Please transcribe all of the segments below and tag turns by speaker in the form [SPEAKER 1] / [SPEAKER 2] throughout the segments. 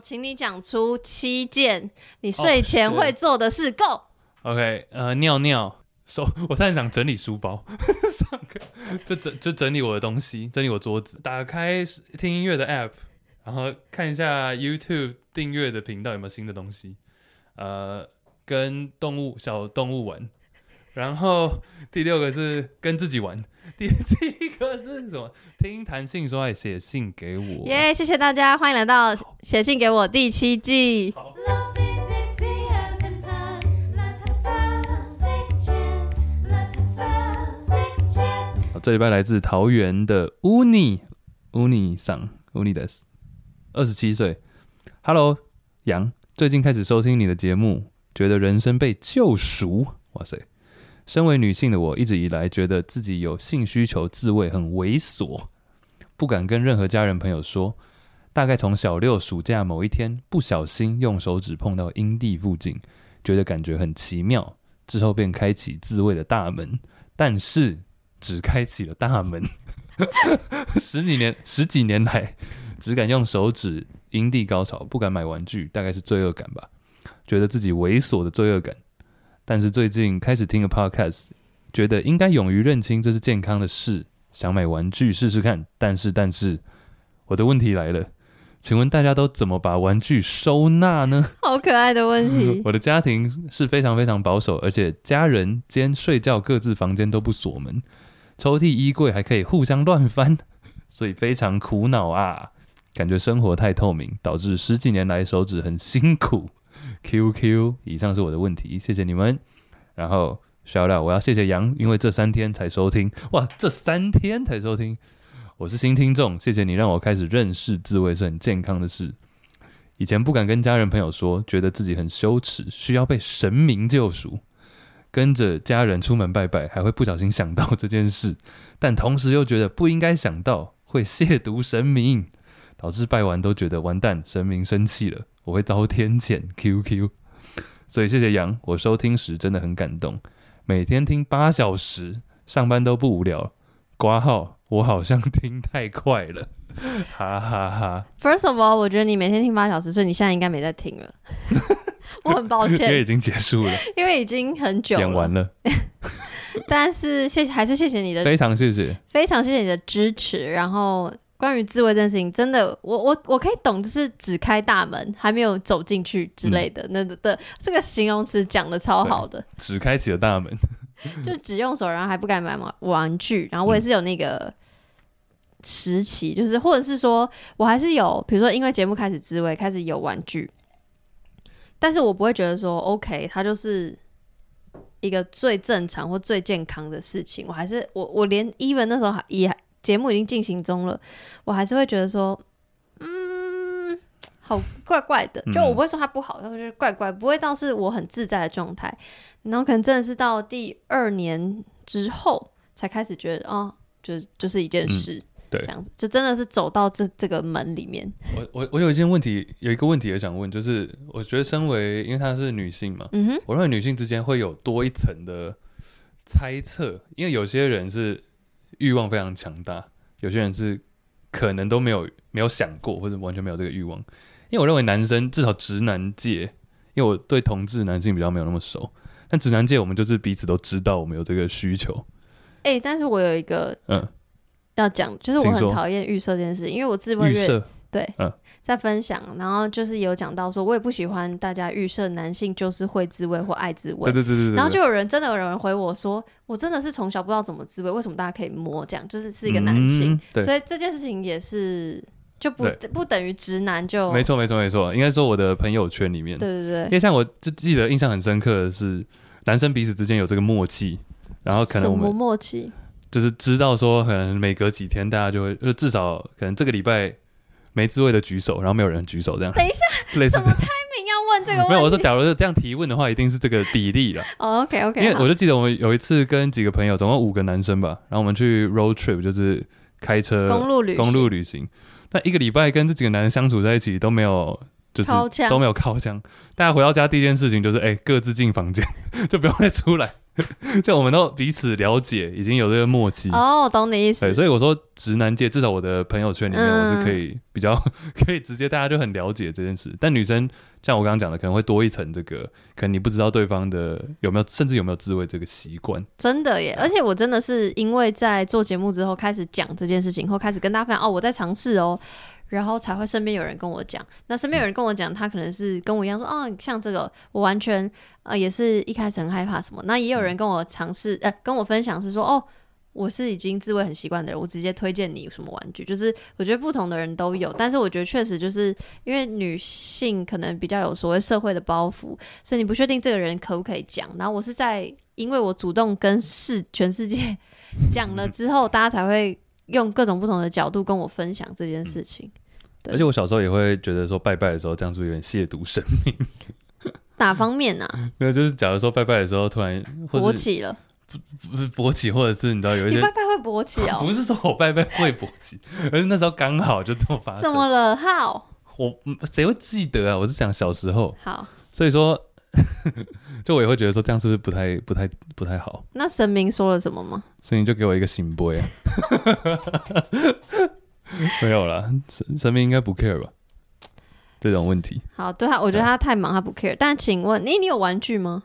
[SPEAKER 1] 请你讲出七件你睡前会做的事。Go，
[SPEAKER 2] 哦 OK，呃，尿尿，收。我现在想整理书包， 上课就整就整理我的东西，整理我桌子，打开听音乐的 app，然后看一下 YouTube 订阅的频道有没有新的东西，呃，跟动物小动物玩，然后第六个是跟自己玩，第七个是什么？听弹性说爱写信给我。
[SPEAKER 1] 耶、谢谢大家，欢迎来到写信给我第七季。
[SPEAKER 3] Love is sexy as in time. Let's have fun, six chance. Let's have fun, six chance.
[SPEAKER 2] 好这礼拜来自桃园的 Uni Uni 桑 Uni 的二十七岁，Hello 杨，最近开始收听你的节目，觉得人生被救赎，哇塞！身为女性的我，一直以来觉得自己有性需求自慰很猥琐，不敢跟任何家人朋友说。大概从小六暑假某一天，不小心用手指碰到阴蒂附近，觉得感觉很奇妙，之后便开启自慰的大门。但是只开启了大门。 十几年十几年来，只敢用手指阴蒂高潮，不敢买玩具，大概是罪恶感吧，觉得自己猥琐的罪恶感。但是最近开始听了 podcast，觉得应该勇于认清这是健康的事，想买玩具试试看。但是，但是我的问题来了，请问大家都怎么把玩具收纳呢？，
[SPEAKER 1] 好可爱的问题
[SPEAKER 2] 嗯 我的家庭是非常非常保守，而且家人间睡觉各自房间都不锁门，抽屉、衣柜还可以互相乱翻，所以非常苦恼啊！感觉生活太透明，导致十几年来手指很辛苦。QQ，以上是我的问题，谢谢你们。然后 shout out，我要谢谢杨，因为这三天才收听，哇，这三天才收听，我是新听众，谢谢你让我开始认识自慰是很健康的事。以前不敢跟家人朋友说，觉得自己很羞耻，需要被神明救赎。跟着家人出门拜拜，还会不小心想到这件事，但同时又觉得不应该想到，会亵渎神明，导致拜完都觉得完蛋，神明生气了，我会遭天谴。QQ，所以谢谢杨，我收听时真的很感动，每天听八小时，上班都不无聊。挂号，我好像听太快了，哈哈哈
[SPEAKER 1] First of all，我觉得你每天听八小时，所以你现在应该没在听 了。我很抱
[SPEAKER 2] 因为
[SPEAKER 1] 歉
[SPEAKER 2] 已，经结束了，
[SPEAKER 1] 因为已经很久
[SPEAKER 2] 演完
[SPEAKER 1] 了。
[SPEAKER 2] 了。
[SPEAKER 1] 但是谢，还是谢谢你的
[SPEAKER 2] 非常谢谢，
[SPEAKER 1] 非常谢谢你的支持。然后关于自慰这件事情，真的，我我我可以懂，就是只开大门还没有走进去之类
[SPEAKER 2] 嗯
[SPEAKER 1] 的，那的的这个形容词讲的超好的，
[SPEAKER 2] 只开启了大门。
[SPEAKER 1] 就只用手，然后还不敢买玩玩具。然后我也是有那个时期，就是或者是说我还是有，比如说因为节目开始自慰，开始有玩具，但是我不会觉得说 OK，它就是。一个最正常或最健康的事情，我还是我我连 even 那时候还也节目已经进行中了，我还是会觉得说，嗯，好怪怪的，就我不会说它不好，但我就是怪怪，不会到是我很自在的状态。然后可能真的是到第二年之后才开始觉得，哦，就就是一件事，
[SPEAKER 2] 对
[SPEAKER 1] 这样子，就真的是走到这这个门里面，
[SPEAKER 2] 我我我有一件问题，有一个问题也想问，就是我觉得身为因为她是女性嘛，
[SPEAKER 1] 嗯哼，
[SPEAKER 2] 我认为女性之间会有多一层的猜测，因为有些人是欲望非常强大，有些人是可能都没有没有想过或者完全没有这个欲望。因为我认为男生至少直男界，因为我对同志男性比较没有那么熟，但直男界我们就是彼此都知道我们有这个需求，
[SPEAKER 1] 哎、但是我有一个
[SPEAKER 2] 嗯，
[SPEAKER 1] 要讲，就是我
[SPEAKER 2] 请
[SPEAKER 1] 很
[SPEAKER 2] 说
[SPEAKER 1] 讨厌预设这件事，因为我自问
[SPEAKER 2] 预
[SPEAKER 1] 月
[SPEAKER 2] 设
[SPEAKER 1] 对、
[SPEAKER 2] 嗯
[SPEAKER 1] 在分享，然后就是有讲到说，我也不喜欢大家预设男性就是会自慰或爱自慰，
[SPEAKER 2] 对对对对对，
[SPEAKER 1] 然后
[SPEAKER 2] 对
[SPEAKER 1] 就有人真的有人回我说，我真的是从小不知道怎么自慰，为什么大家可以摸这样？就是是一个男性
[SPEAKER 2] 嗯，对
[SPEAKER 1] 所以这件事情也是就不
[SPEAKER 2] 对
[SPEAKER 1] 不等于直男就
[SPEAKER 2] 没错，没错，没错，应该说我的朋友圈里面，
[SPEAKER 1] 对对
[SPEAKER 2] 因
[SPEAKER 1] 对，
[SPEAKER 2] 为像我就记得印象很深刻的是，男生彼此之间有这个默契，然后可能我
[SPEAKER 1] 什么
[SPEAKER 2] 们
[SPEAKER 1] 默契，
[SPEAKER 2] 就是知道说，可能每隔几天大家就会，就至少可能这个礼拜没滋味的举手，然后没有人举手这样。
[SPEAKER 1] 等一
[SPEAKER 2] 下，类似
[SPEAKER 1] 什么
[SPEAKER 2] 这样。
[SPEAKER 1] 命要问这个
[SPEAKER 2] 没有，我
[SPEAKER 1] 问
[SPEAKER 2] 说
[SPEAKER 1] 题？
[SPEAKER 2] 假如是这样提问的话，一定是这个比例了。
[SPEAKER 1] 哦，OK
[SPEAKER 2] 因
[SPEAKER 1] OK，
[SPEAKER 2] 为我就记得我们有一次跟几个朋友，总共五个男生吧，然后我们去 road trip，就是开车
[SPEAKER 1] 公路旅行
[SPEAKER 2] 公路旅行。那一个礼拜跟这几个男人相处在一起都没有，就是
[SPEAKER 1] 靠墙
[SPEAKER 2] 都没有靠墙。大家回到家第一件事情就是，哎、各自进房间，就不用再出来。 就我们都彼此了解，已经有这个默契。
[SPEAKER 1] 哦，懂你意思
[SPEAKER 2] 对，。所以我说直男界，至少我的朋友圈里面，
[SPEAKER 1] 嗯
[SPEAKER 2] 我是可以比较 可以直接，大家就很了解这件事。但女生像我刚刚讲的，可能会多一层这个，可能你不知道对方的有没有，甚至有没有自慰这个习惯。
[SPEAKER 1] 真的耶！而且我真的是因为在做节目之后开始讲这件事情后，开始跟大家分享哦，我在尝试哦，然后才会身边有人跟我讲。那身边有人跟我讲，他可能是跟我一样说，哦，像这个我完全呃也是一开始很害怕什么。那也有人跟我尝试呃跟我分享是说，哦，我是已经自慰很习惯的人，我直接推荐你什么玩具。就是我觉得不同的人都有，但是我觉得确实就是因为女性可能比较有所谓社会的包袱，所以你不确定这个人可不可以讲。然后我是在因为我主动跟世全世界 讲了之后，大家才会用各种不同的角度跟我分享这件事情。对
[SPEAKER 2] 而且我小时候也会觉得说拜拜的时候这样子有点亵渎神，
[SPEAKER 1] 哪方面啊？
[SPEAKER 2] 没有，就是假如说拜拜的时候突然嗯或
[SPEAKER 1] 勃
[SPEAKER 2] 是
[SPEAKER 1] 起了？
[SPEAKER 2] 不是勃起，或者 是你知道有一
[SPEAKER 1] 你
[SPEAKER 2] 些
[SPEAKER 1] 拜拜会勃起哦？
[SPEAKER 2] 不是说我拜拜会勃起，而是那时候刚好就这么发
[SPEAKER 1] 怎
[SPEAKER 2] 生。
[SPEAKER 1] 么了？好
[SPEAKER 2] 我嗯谁会记得啊？我是讲小时候，
[SPEAKER 1] 好，
[SPEAKER 2] 所以说， 就我也会觉得说这样是不是不太不太不太好？
[SPEAKER 1] 那神明说了什么吗？
[SPEAKER 2] 所以你就给我一个醒杯、啊。 没有啦，神神明应该不 care 吧？这种问题
[SPEAKER 1] 好，对啊他，我觉
[SPEAKER 2] 啊
[SPEAKER 1] 得他太忙，他不 care。但请问你，你有玩具吗？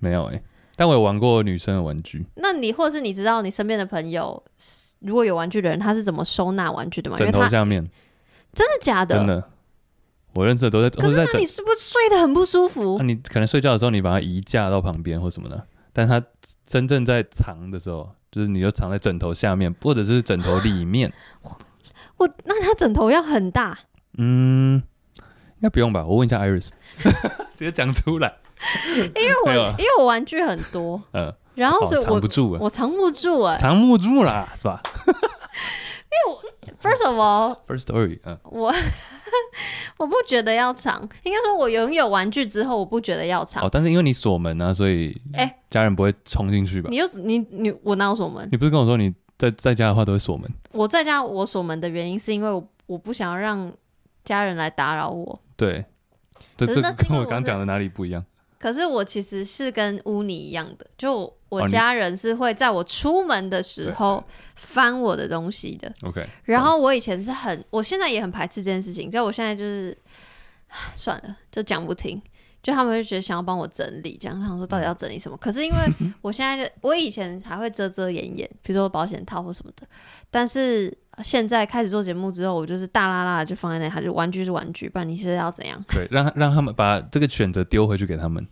[SPEAKER 2] 没有哎、但我有玩过女生的玩具，
[SPEAKER 1] 那你或是你知道你身边的朋友，如果有玩具的人，他是怎么收纳玩具的吗？哦因
[SPEAKER 2] 枕
[SPEAKER 1] 为
[SPEAKER 2] 头
[SPEAKER 1] 他真
[SPEAKER 2] 下面
[SPEAKER 1] 的假的？
[SPEAKER 2] 真的，我认识的都在，
[SPEAKER 1] 可
[SPEAKER 2] 或
[SPEAKER 1] 是
[SPEAKER 2] 在
[SPEAKER 1] 那
[SPEAKER 2] 枕嗯
[SPEAKER 1] 你是不是睡得很不舒服？
[SPEAKER 2] 那、你可能睡觉的时候，你把它移架到旁边或什么的，但它真正在藏的时候，就是你就藏在枕头下面，或者是枕头里 面。
[SPEAKER 1] 我那他枕头要很大，
[SPEAKER 2] 嗯，应该不用吧？我问一下 Iris，直 接讲出来。
[SPEAKER 1] 因为我
[SPEAKER 2] 没有啊
[SPEAKER 1] 因为我玩具很多，
[SPEAKER 2] 呃，
[SPEAKER 1] 然后
[SPEAKER 2] 哦
[SPEAKER 1] 所以我、
[SPEAKER 2] 藏不住啊，
[SPEAKER 1] 我藏不住哎、
[SPEAKER 2] 藏不住啦，是吧
[SPEAKER 1] First of all，
[SPEAKER 2] ？First story，嗯、
[SPEAKER 1] 我我不觉得要藏，应该说我拥有玩具之后，我不觉得要藏。
[SPEAKER 2] 哦，但是因为你锁门啊，所以
[SPEAKER 1] 哎
[SPEAKER 2] 家人不会冲进去吧？
[SPEAKER 1] 你又你你我哪有锁门？
[SPEAKER 2] 你不是跟我说你在在家的话都会锁门？
[SPEAKER 1] 我在家我锁门的原因是因为我我不想要让家人来打扰我。
[SPEAKER 2] 对，这
[SPEAKER 1] 可
[SPEAKER 2] 这
[SPEAKER 1] 是那是因为
[SPEAKER 2] 跟我
[SPEAKER 1] 我
[SPEAKER 2] 刚
[SPEAKER 1] 是
[SPEAKER 2] 讲的哪里不一样？
[SPEAKER 1] 可是我其实是跟乌尼一样的，就我
[SPEAKER 2] 哦
[SPEAKER 1] 我
[SPEAKER 2] 你
[SPEAKER 1] 家人是会在我出门的时
[SPEAKER 2] 对
[SPEAKER 1] 候翻我的东西的。
[SPEAKER 2] OK，
[SPEAKER 1] 然
[SPEAKER 2] 嗯
[SPEAKER 1] 后我以前是很，我现在也很排斥这件事情，但我现在就是 算了，就讲不听。就他们会觉得想要帮我整理，这样他们说到
[SPEAKER 2] 嗯
[SPEAKER 1] 底要整理什么？可 是因为我现在就我以前还会遮遮掩掩，比如说保险套或什么的，但是现在开始做节目之后，我就是大拉拉的就放在那里，它就玩具是玩具，不然你现在要怎样？
[SPEAKER 2] 对，让他让他们把这个选择丢回去给他们，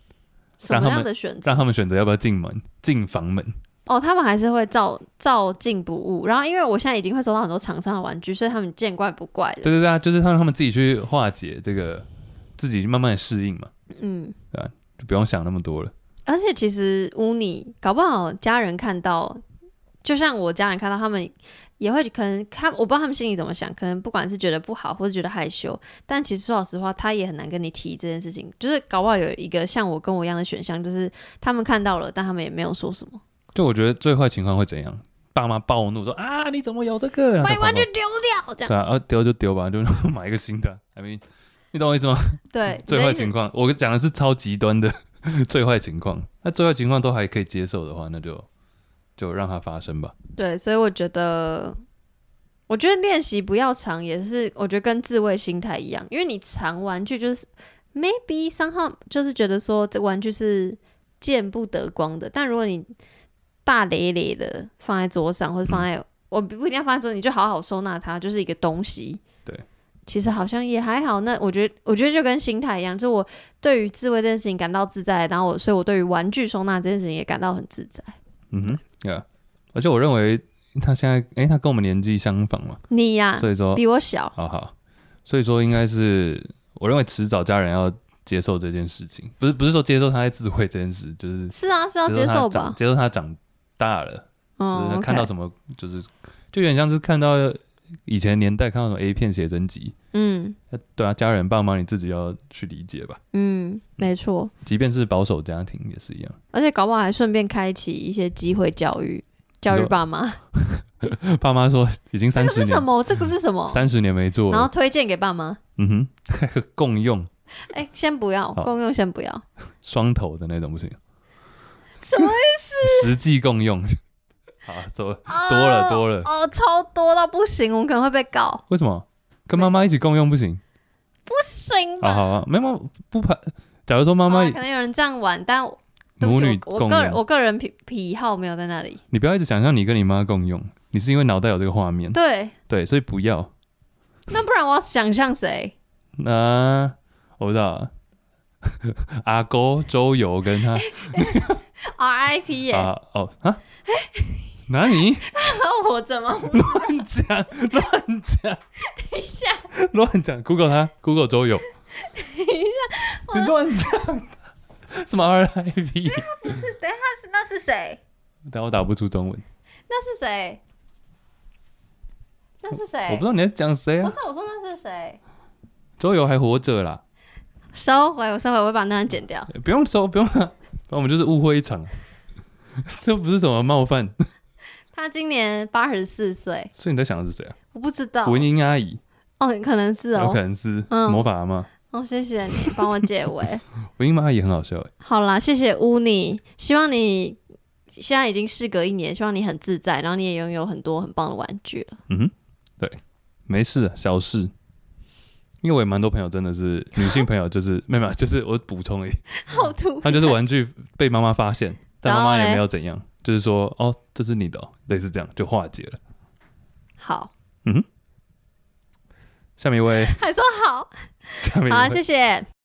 [SPEAKER 1] 什
[SPEAKER 2] 让他们
[SPEAKER 1] 么样的选择？
[SPEAKER 2] 让他们选择要不要进门、进房门。
[SPEAKER 1] 哦，他们还是会照照进不误。然后因为我现在已经会收到很多厂商的玩具，所以他们见怪不怪的。
[SPEAKER 2] 对对对啊，就是让他们自己去化解这个，自己慢慢的适应嘛，
[SPEAKER 1] 嗯。
[SPEAKER 2] 就不用想那么多了。
[SPEAKER 1] 而且其实污泥搞不好家人看到，就像我家人看到，他们也会可能看，我不知道他们心里怎么想，可能不管是觉得不好，或是觉得害羞，但其实说老实话，他也很难跟你提这件事情。就是搞不好有一个像我跟我一样的选项，就是他们看到了，但他们也没有说什么，
[SPEAKER 2] 就我觉得最坏情况会怎样？爸妈暴怒说啊，你怎么有这个？然后
[SPEAKER 1] 把
[SPEAKER 2] 再
[SPEAKER 1] 你玩具
[SPEAKER 2] 跑
[SPEAKER 1] 丢掉这
[SPEAKER 2] 跑
[SPEAKER 1] 样。
[SPEAKER 2] 对啊，啊丢就丢吧，就买一个新的。I mean，你懂我意思吗？
[SPEAKER 1] 对，
[SPEAKER 2] 最
[SPEAKER 1] 你的
[SPEAKER 2] 坏
[SPEAKER 1] 意思
[SPEAKER 2] 情况，我讲的是超极端的 最坏情况。那最坏情况都还可以接受的话，那就就让它发生吧。
[SPEAKER 1] 对，所以我觉得，我觉得练习不要藏也是，我觉得跟自慰心态一样，因为你藏玩具就是 maybe somehow 就是觉得说这玩具是见不得光的，但如果你大咧咧的放在桌上，或者放在、 我不一定要放在桌，上，你就好好收纳它，就是一个东西。
[SPEAKER 2] 对。
[SPEAKER 1] 其实好像也还好，那我觉得，我觉得就跟心态一样，就我对于自慰这件事情感到自在，然后我，所以我对于玩具收纳这件事情也感到很自在。
[SPEAKER 2] 嗯哼，对啊。而且我认为他现在，诶，他跟我们年纪相仿嘛，
[SPEAKER 1] 你呀、
[SPEAKER 2] 所以说
[SPEAKER 1] 比我小，
[SPEAKER 2] 好好，所以说应该是我认为迟早家人要接受这件事情，不是不是说接受他在自慧这件事，就是
[SPEAKER 1] 是啊，是要接
[SPEAKER 2] 接
[SPEAKER 1] 受
[SPEAKER 2] 受他长
[SPEAKER 1] 吧？
[SPEAKER 2] 接受他长大了，就是
[SPEAKER 1] 嗯，
[SPEAKER 2] 他看到
[SPEAKER 1] OK
[SPEAKER 2] 什么就是就有点像是看到以前年代看到什么 A 片写真集，
[SPEAKER 1] 嗯
[SPEAKER 2] 对啊，家人爸妈你自己要去理解吧，
[SPEAKER 1] 嗯，没错，
[SPEAKER 2] 即便是保守家庭也是一样，
[SPEAKER 1] 而且搞不好还顺便开启一些机会教育，教育爸妈，
[SPEAKER 2] 爸妈说已经
[SPEAKER 1] 这
[SPEAKER 2] 三
[SPEAKER 1] 个
[SPEAKER 2] 十
[SPEAKER 1] 是什
[SPEAKER 2] 年
[SPEAKER 1] 么？这个是什么？
[SPEAKER 2] 三十年没做
[SPEAKER 1] 然后
[SPEAKER 2] 了，
[SPEAKER 1] 推荐给爸妈。
[SPEAKER 2] 嗯哼， 共用
[SPEAKER 1] 哎，先不要
[SPEAKER 2] 好
[SPEAKER 1] 公用，先不要。
[SPEAKER 2] 双头的那种不行，
[SPEAKER 1] 什 么
[SPEAKER 2] 实际共用。 好，多多了多了，
[SPEAKER 1] 啊哦，超多到不行，我可能会被告，
[SPEAKER 2] 为什么跟妈妈一起共用不行？
[SPEAKER 1] 不行
[SPEAKER 2] 好
[SPEAKER 1] 吧？
[SPEAKER 2] 好啊，没有不排。假如说妈妈
[SPEAKER 1] 哦可能有人这样玩，但对不
[SPEAKER 2] 母
[SPEAKER 1] 起
[SPEAKER 2] 女
[SPEAKER 1] 我
[SPEAKER 2] 共
[SPEAKER 1] 我个人
[SPEAKER 2] 用，
[SPEAKER 1] 我个人癖癖好没有在那里。
[SPEAKER 2] 你不要一直想象你跟你妈共用，你是因为脑袋有这个画面，
[SPEAKER 1] 对，
[SPEAKER 2] 对，所以不要。
[SPEAKER 1] 那不然我要想象谁？
[SPEAKER 2] 那、我不知道了， 阿勾周游 跟他
[SPEAKER 1] RIP 耶、
[SPEAKER 2] 啊哦啊，哪里
[SPEAKER 1] 那 我怎么
[SPEAKER 2] 乱讲乱讲
[SPEAKER 1] 一下？
[SPEAKER 2] 乱讲，Google 他 Google 周游，你乱讲什么 RIP？
[SPEAKER 1] 是，等一下是那是谁？
[SPEAKER 2] 但我打不出中文，
[SPEAKER 1] 那是谁？那是
[SPEAKER 2] 我不
[SPEAKER 1] 谁
[SPEAKER 2] 知？道你在讲谁
[SPEAKER 1] 不
[SPEAKER 2] 啊？
[SPEAKER 1] 是我说那是谁？
[SPEAKER 2] 周游还活着啦，欸
[SPEAKER 1] 收回，我收回，我会把那段剪掉。
[SPEAKER 2] 不用收不用 了，我们就是误会一场， 这不是什么冒犯。
[SPEAKER 1] 他今年八十四岁，
[SPEAKER 2] 所以你在想的是谁啊？
[SPEAKER 1] 我不知道
[SPEAKER 2] 文英阿姨，
[SPEAKER 1] 哦，可能是
[SPEAKER 2] 有可
[SPEAKER 1] 哦。
[SPEAKER 2] 能是
[SPEAKER 1] 嗯
[SPEAKER 2] 魔法阿妈。
[SPEAKER 1] 哦，谢谢你帮我解围。
[SPEAKER 2] 文英阿姨很好笑欸，
[SPEAKER 1] 好啦，谢谢乌尼，希望你现在已经事隔一年，希望你很自在，然后你也拥有很多很棒的玩具了。
[SPEAKER 2] 嗯哼，对，没事啊，小事。因为我也蛮多朋友真的 是女性朋友，就是没有，没有就是我补充而已，
[SPEAKER 1] 好土，
[SPEAKER 2] 她就是玩具被妈妈 发现，但妈妈
[SPEAKER 1] 然后嘞
[SPEAKER 2] 也没有怎样，就是说哦，这是你的、哦，类似这样就化解了。
[SPEAKER 1] 好，
[SPEAKER 2] 下面一位，
[SPEAKER 1] 还说好，
[SPEAKER 2] 下面
[SPEAKER 1] 好啊，
[SPEAKER 2] 一位
[SPEAKER 1] 谢谢。